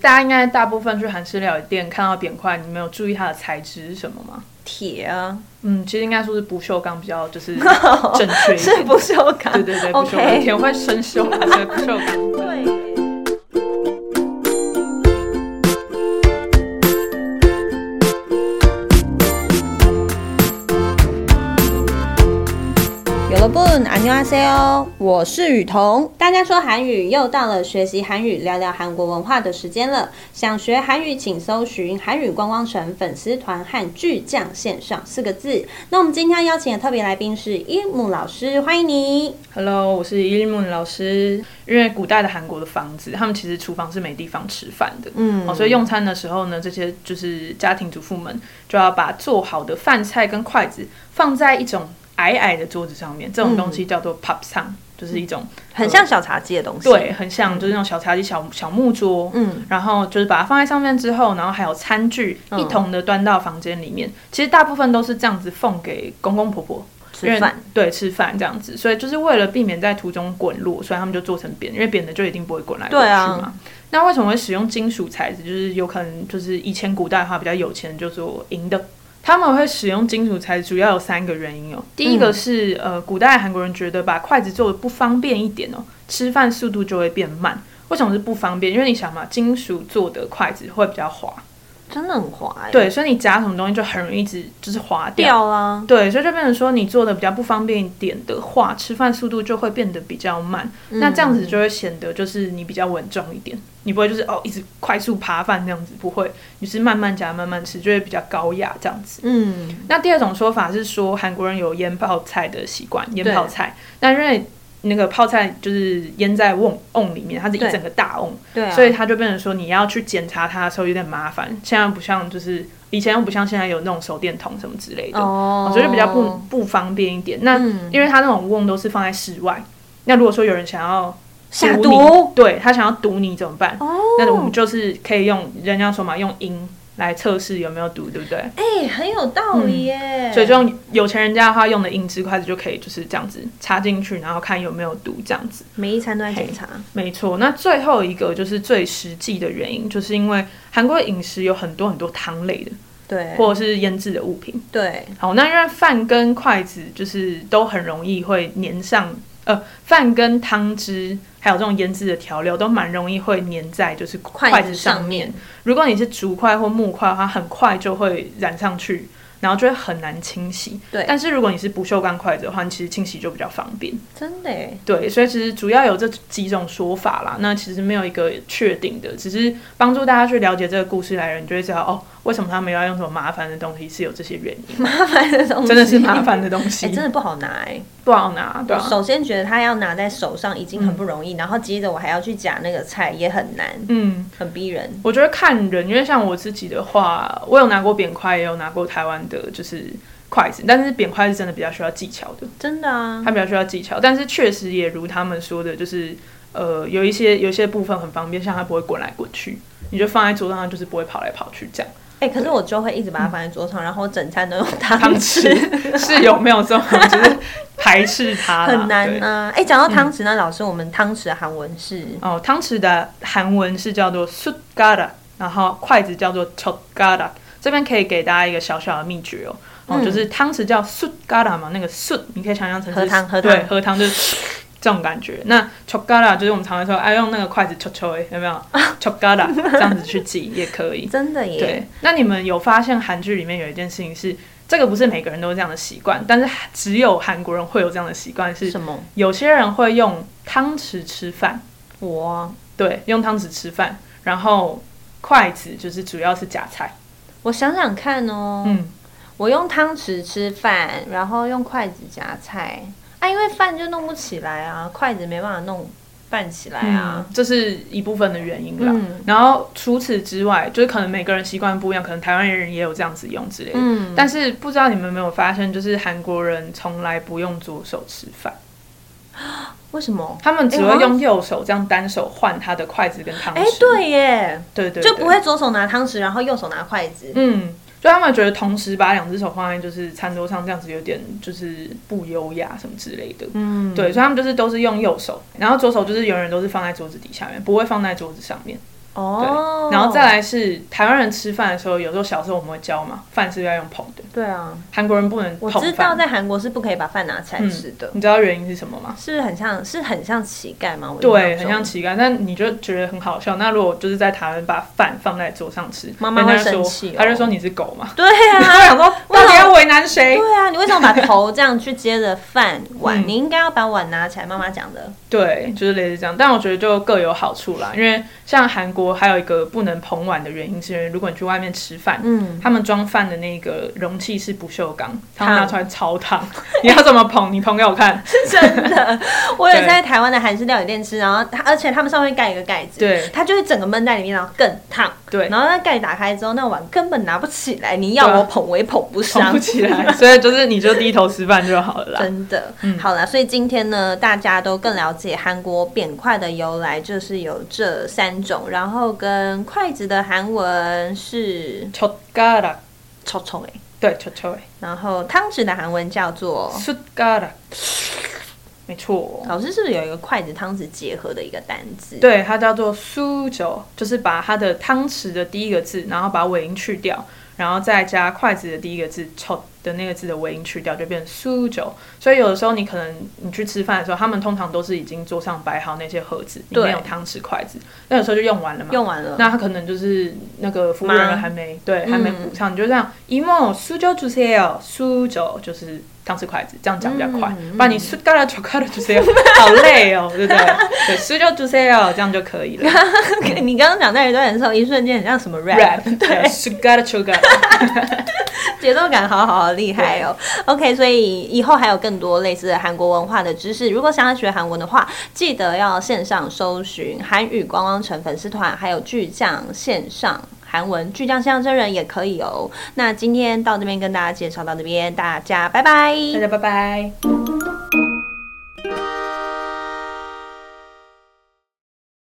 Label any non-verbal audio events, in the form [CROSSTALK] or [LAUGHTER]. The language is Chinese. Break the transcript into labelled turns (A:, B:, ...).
A: 大家应该大部分去韩式料理店看到扁块，你没有注意它的材质是什么吗？
B: 铁啊， [LAUGHS]
A: 嗯，其实应该说是不锈钢比较就是正确一
B: 是
A: 点。
B: 不锈钢。
A: 对对对，不锈钢，
B: ，OK。
A: 铁会生锈啊，所以不锈钢。
B: [LAUGHS] 对。有了不，안녕하세요，我哦是雨桐。大家说韩语，又到了学习韩语、聊聊韩国文化的时间了。想学韩语，请搜寻“韩语观光城”粉丝团和“巨匠线上”四个字。那我们今天邀请的特别来宾是一木老师，欢迎你。
A: Hello，我是伊木老师。因为古代的韩国的房子，他们其实厨房是没地方吃饭的，
B: 嗯
A: 哦，所以用餐的时候呢，这些就是家庭主妇们就要把做好的饭菜跟筷子放在一种矮矮的桌子上面，
B: 嗯
A: 这种东西叫做 p o p s a n 就是一种
B: 很像小茶几的东西。
A: 对，，很像就是那种小茶几、小小木桌，
B: 嗯，
A: 然后就是把它放在上面之后，然后还有餐具一同的端到房间里面。其实大部分都是这样子奉给公公婆婆
B: 吃
A: 因
B: 饭，
A: 为对，吃饭这样子。所以就是为了避免在途中滚落，所以他们就做成扁，因为扁的就一定不会滚来滚去
B: 对啊
A: 嘛。那为什么会使用金属材质？就是有可能就是以前古代的话比较有钱，就说银的。他们会使用金属材质，主要有三个原因哦。第一个是、呃，古代韩国人觉得把筷子做的不方便一点哦，吃饭速度就会变慢。为什么是不方便？因为你想嘛，金属做的筷子会比较滑，
B: 真的很滑、欸，
A: 对，所以你夹什么东西就很容易一直就是滑掉。
B: 掉啊啦，
A: 对，所以就变成说，你做的比较不方便一点的话，吃饭速度就会变得比较慢。
B: 嗯
A: 那这样子就会显得就是你比较稳重一点，你不会就是哦一直快速扒饭这样子，不会，你是慢慢夹慢慢吃，就会比较高雅这样子。
B: 嗯，
A: 那第二种说法是说，韩国人有腌泡菜的习惯，腌泡菜。那因为那个泡菜就是腌在瓮瓮里面，它是一
B: 对
A: 整个大瓮，
B: 对啊，
A: 所以它就变成说你要去检查它的时候有点麻烦。现在不像就是以前又不像现在有那种手电筒什么之类的，
B: 哦
A: 我觉得比较不不方便一点。那、
B: 嗯
A: 因为它那种瓮都是放在室外，那如果说有人想要
B: 下
A: 毒
B: 毒
A: 你，对他想要毒你怎么办？
B: 哦，
A: 那我们就是可以用人家说嘛，用音来测试有没有毒，对不对？
B: 哎、很有道理耶、
A: 嗯所以就用有钱人家的话用的音之筷子就可以就是这样子插进去，然后看有没有毒这样子。
B: 每一餐都在检查，
A: 没错，那最后一个就是最实际的原因，就是因为韩国的饮食有很多很多汤类的，
B: 对
A: 或者是腌制的物品。
B: 对，
A: 好，那因为饭跟筷子就是都很容易会粘上，呃，饭跟汤汁还有这种腌制的调料都蛮容易会粘在就是筷子上面。如果你是竹筷或木筷的话，很快就会染上去，然后就会很难清洗。
B: 对
A: 但是如果你是不锈钢筷子的话，你其实清洗就比较方便。
B: 真
A: [LAUGHS]
B: 的耶，
A: 对，所以其实主要有这几种说法啦。那其实没有一个确定的，只是帮助大家去了解这个故事来源，你就会知道哦，为什么他们要用这种麻烦的东西是有这些原因，
B: 麻烦的东西
A: 真的是麻烦的东
B: 嗯 [LAUGHS] 哎、
A: 西，
B: 真的不好拿哎、
A: 不好拿，对
B: 我
A: 啊。
B: 首先觉得它要拿在手上已经很不容易，然后接着我还要去夹那个菜也很难，
A: 嗯，
B: 很逼人。
A: 我觉得看人，因为像我自己的话，我有拿过扁筷，也有拿过台湾的，就是筷子，但是扁筷是真的比较需要技巧的，
B: 真的啊，
A: 它比较需要技巧，但是确实也如他们说的，就是呃，有一些有一些部分很方便，像它不会滚来滚去，你就放在桌上，它就是不会跑来跑去这样。
B: 哎、可是我就会一直把它放在桌上，然后我整餐都用
A: [LAUGHS] 汤
B: 汤
A: 匙
B: [LAUGHS]
A: 是有没有这种就是排斥它啦
B: 很难
A: 对嗯
B: 啊。哎、讲到汤匙，那老师，我们汤匙的韩文是
A: 哦，汤匙的韩文是叫做 s u g a r a 然后筷子叫做 c h o g a r a 这边可以给大家一个小小的秘诀哦，哦，
B: 嗯
A: 就是汤匙叫 s u g a r a 嘛，那个 s 你可以想象成是
B: 喝汤喝汤
A: 对，喝汤就是。这种感觉，那 c h o g a r a 就是我们常常说，哎、用那个筷子 c h o 有没
B: [LAUGHS]
A: 有 c h o g a r a 这样子去记也可以。
B: 真的耶
A: 对，，那你们有发现韩剧里面有一件事情是，这个不是每个人都有这样的习惯，但是只有韩国人会有这样的习惯，是
B: 什么？
A: 有些人会用汤匙吃饭，
B: 我
A: 对，用汤匙吃饭，然后筷子就是主要是夹菜，
B: 我想想看哦，
A: 嗯，
B: 我用汤匙吃饭，然后用筷子夹菜啊，因为饭就弄不起来啊，筷子没办法弄拌起来啊。
A: 嗯这是一部分的原因啦。
B: 嗯
A: 然后除此之外，就是可能每个人习惯不一样，可能台湾人也有这样子用之类的。
B: 嗯，
A: 但是不知道你们有没有发现，就是韩国人从来不用左手吃饭，
B: 为什么？
A: 他们只
B: 诶我好
A: 会
B: 像
A: 用右手这样单手换他的筷子跟汤匙。
B: 哎、对耶，
A: 对对，
B: 就
A: 对
B: 不会左手拿汤匙，然后右手拿筷子。
A: 嗯，就他们觉得同时把两只手放在就是餐桌上，这样子有点就是不优雅什么之类的。
B: 嗯，
A: 对，所以他们就是都是用右手，然后左手就是永远都是放在桌子底下面，不会放在桌子上面。
B: 哦，
A: 然后再来是台湾人吃饭的时候，有时候小时候我们会教嘛，饭是不是要用捧的，
B: 对啊，
A: 韩国人不能
B: 我
A: 捧
B: 知道
A: 饭。
B: 在韩国是不可以把饭拿起来吃的，
A: 你知道原因是什么吗？
B: 是很像是很像乞丐吗？我
A: 对，
B: 印象中
A: 很像乞丐，但你就觉得很好笑。那如果就是在台湾把饭放在桌上吃，
B: 妈妈会
A: 人家就
B: 生
A: 说
B: 气哦
A: 他就说你是狗嘛。
B: 对
A: [LAUGHS] 我
B: 啊，
A: 想说，
B: 为什么
A: 到底要为难谁？
B: 对啊，你为什么
A: [LAUGHS]
B: 把头这样去接着饭碗？
A: 嗯
B: 你应该要把碗拿起来。妈妈讲的，
A: 对，就是类似这样。但我觉得就各有好处啦，因为像韩国还有一个不能捧碗的原因，是因为如果你去外面吃饭，
B: 嗯，
A: 他们装饭的那个容器是不锈钢，他们
B: 烫
A: 拿出来超烫。 [LAUGHS] 你要怎么捧？你捧给我看。
B: [LAUGHS] 我也
A: 对
B: 在台湾的韩式料理店吃，然后它而且他们上面会盖一个盖子，
A: 对
B: 它就会整个闷在里面，然后更烫。
A: 对
B: 然
A: [LAUGHS]
B: 后那盖打开之后，那碗根本拿不起来，你要我捧我也捧不上，
A: 捧不起来， [LAUGHS] 所以就是你就低头吃饭就好了啦。
B: 真的，
A: 嗯
B: 好啦，所以今天呢，大家都更了解韩国扁筷的由来，就是有这三种，然后跟筷子的韩文是
A: 초가락，
B: 臭臭哎，
A: 对，초초에
B: 然后汤匙的韩文叫做，
A: 숟가락，没错，
B: 老师是不是有一个筷子汤匙结合的一个单字？，
A: 对，它叫做苏酒，就是把它的汤匙的第一个字，然后把尾音去掉，然后再加筷子的第一个字 “cho” 的那个字的尾音去掉，就变苏酒。所以有的时候你可能你去吃饭的时候，他们通常都是已经桌上摆好那些盒子，里
B: 对
A: 面有汤匙、筷子，那有时候就用完了嘛。
B: 用完了。
A: 那他可能就是那个服务人
B: 忙嗯
A: 员还没对，还没补上，你就这样一梦苏州主食哦，苏州就是汤匙筷子，这样讲比较快，
B: 嗯
A: 不然你苏嘎啦巧克力主食哦，好累哦，对不 [LAUGHS] 对？对，苏州主食哦，这样就可以了。
B: [LAUGHS] 你刚刚讲那一段的时候，一瞬间很像什么 rap，
A: rap 对，苏嘎啦巧克力，
B: [LAUGHS]
A: [LAUGHS]
B: 节奏感好好好厉害哦。OK，所以以后还有更多类似的韩国文化的知识。如果想要学韩文的话，记得要线上搜寻韩语观光城粉丝团，还有巨匠线上。韩文巨匠线上真人也可以哦。那今天到这边跟大家介绍到这边，大家拜拜。
A: 大家拜拜。